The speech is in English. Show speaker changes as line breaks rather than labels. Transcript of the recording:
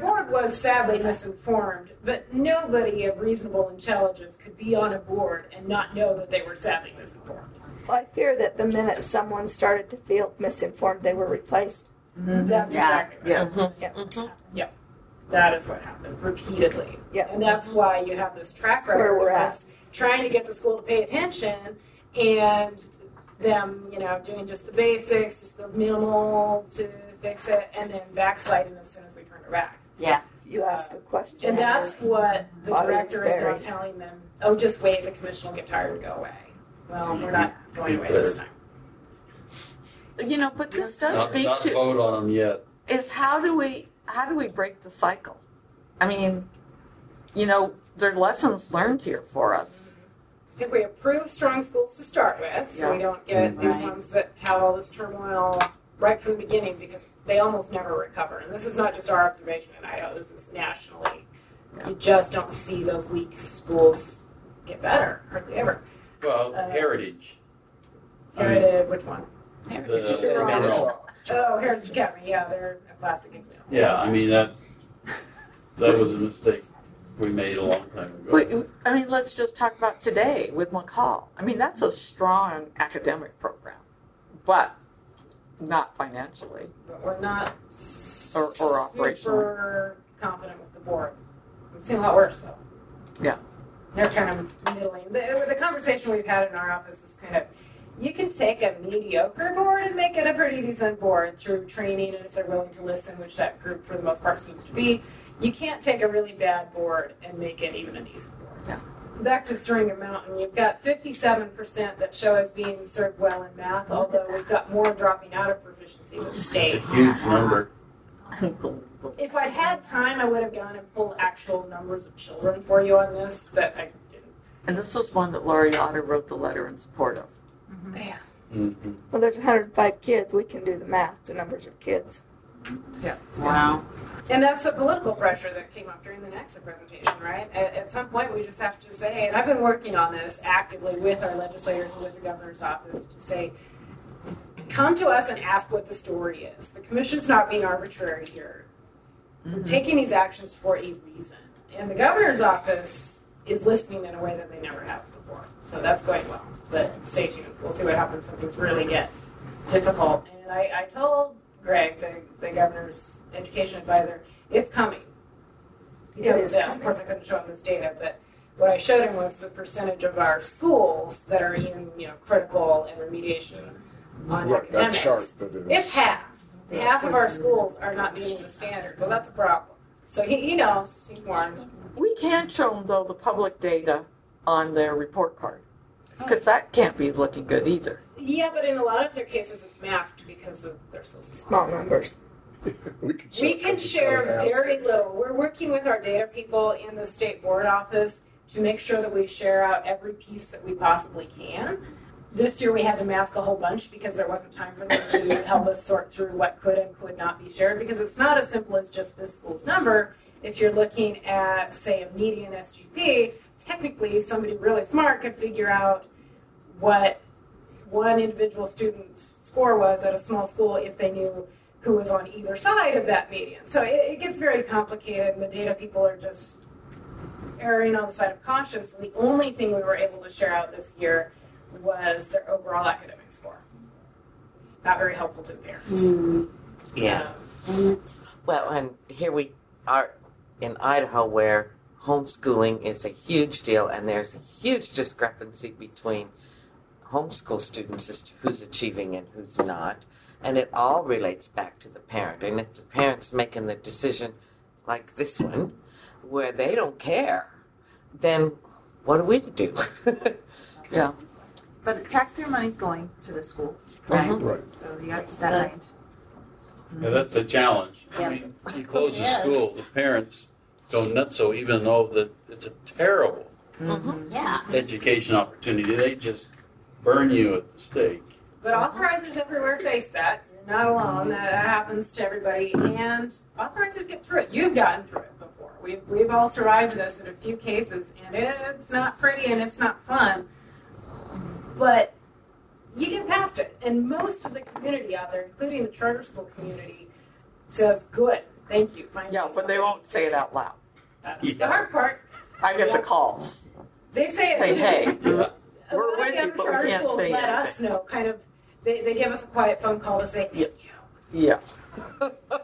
board was sadly misinformed, but nobody of reasonable intelligence could be on a board and not know that they were sadly misinformed.
Well, I fear that the minute someone started to feel misinformed, they were replaced.
That's
Yeah.
exactly right.
Yeah.
Yeah. Mm-hmm.
That is what happened repeatedly.
Yeah.
And that's why you have this track record
Where we're
of
at.
us trying to get the school to pay attention and them, you know, doing just the basics, just the minimal to fix it, and then backsliding as soon as we turn it back.
You ask a question.
And that's what the
Body is
director is now
buried.
telling them, oh, just wait, the commission will get tired and go away. Well, we're not going away this time.
You know, but this does
Not,
speak
not
to
vote on them yet.
is how do we how do we break the cycle? I mean, you know, there are lessons learned here for us.
I think we approve strong schools to start with, so we don't get these
Right.
ones that have all this turmoil right from the beginning because they almost never recover. And this is not just our observation in Idaho, this is nationally. You just don't see those weak schools get better, hardly ever.
Well,
Uh,
Heritage.
Heritage, which one?
The-
is in
the-
Rock. Oh, Heritage Academy, yeah, they're a classic example.
Yeah, I mean, that, that was a mistake we made a long time
But,
ago.
I mean, let's just talk about today with McCall. I mean, that's a strong academic program, but not financially.
but we're not
Or- or operationally.
super confident with the board. We've seen a lot worse though.
Yeah.
They're kind of middling. The, the conversation we've had in our office is kind of, you can take a mediocre board and make it a pretty decent board through training and if they're willing to listen, which that group for the most part seems to be. You can't take a really bad board and make it even a decent board.
Yeah.
Back to Stringer Mountain, you've got 57% that show as being served well in math, although we've got more dropping out of proficiency than
It's
state
a huge number.
Unbelievable.
if I'd had time, I would have gone and pulled actual numbers of children for you on this, but I didn't.
And this was one that Laurie Otter wrote the letter in support of.
Yeah.
Mhm.
Well, there's 105 kids. We can do the math, the numbers of kids.
Wow.
And that's the political pressure that came up during the NACSA presentation, right? At, at some point, we just have to say, and I've been working on this actively with our legislators and with the governor's office to say, come to us and ask what the story is. The commission's not being arbitrary here. We're
Mm-hmm.
taking these actions for a reason. And the governor's office is listening in a way that they never have before. So that's going well. But stay tuned. We'll see what happens when things really get difficult. And I, I told Greg, the, the governor's education advisor, it's coming.
It
Because of
is
this. Of
coming.
course, I couldn't show him this data, but what I showed him was the percentage of our schools that are in you know critical and remediation on
Right, that
academics.
chart that is.
It's half. Half of our schools are not meeting the standard. Well, that's a problem. So he, he knows. He's warned.
We can't show them, though, the public data on their report card, because that can't be looking good either.
Yeah, but in a lot of their cases, it's masked because of their system.
Small numbers.
We can share,
We can share very little. We're working with our data people in the state board office to make sure that we share out every piece that we possibly can. This year, we had to mask a whole bunch because there wasn't time for them to help us sort through what could and could not be shared, because it's not as simple as just this school's number. If you're looking at, say, a median SGP, technically, somebody really smart could figure out what one individual student's score was at a small school if they knew who was on either side of that median. So it, it gets very complicated, and the data people are just erring on the side of caution. So the only thing we were able to share out this year was their overall academic score. Not very helpful to the parents.
Yeah.
Um,
Well, and here we are in Idaho where homeschooling is a huge deal and there's a huge discrepancy between homeschool students as to who's achieving and who's not. And it all relates back to the parent. And if the parent's making the decision like this one, where they don't care, then what are we to do?
But the taxpayer money's going to the school, right?
Right.
So you got that mind.
Yeah, that's a challenge. I
Yeah.
mean, You close the
Yes.
school, the parents go nuts, so even though that it's a terrible
Yeah.
education opportunity, they just burn you at the stake.
But authorizers everywhere face that. You're not alone. That happens to everybody. And authorizers get through it. You've gotten through it before. We've, we've all survived this in a few cases, and it's not pretty and it's not fun. But you get past it. And most of the community out there, including the charter school community, says, good, Thank you. Finding
Yeah, but they won't say it out loud.
That's the hard part.
I get the calls.
They say it
Say,
too.
hey,
A lot
We're
of
with
the
you,
other
but we
charter
can't
schools
say
let us
anything.
know. Kind of, they, they give us a quiet phone call to say thank
Yep.
you.
yeah.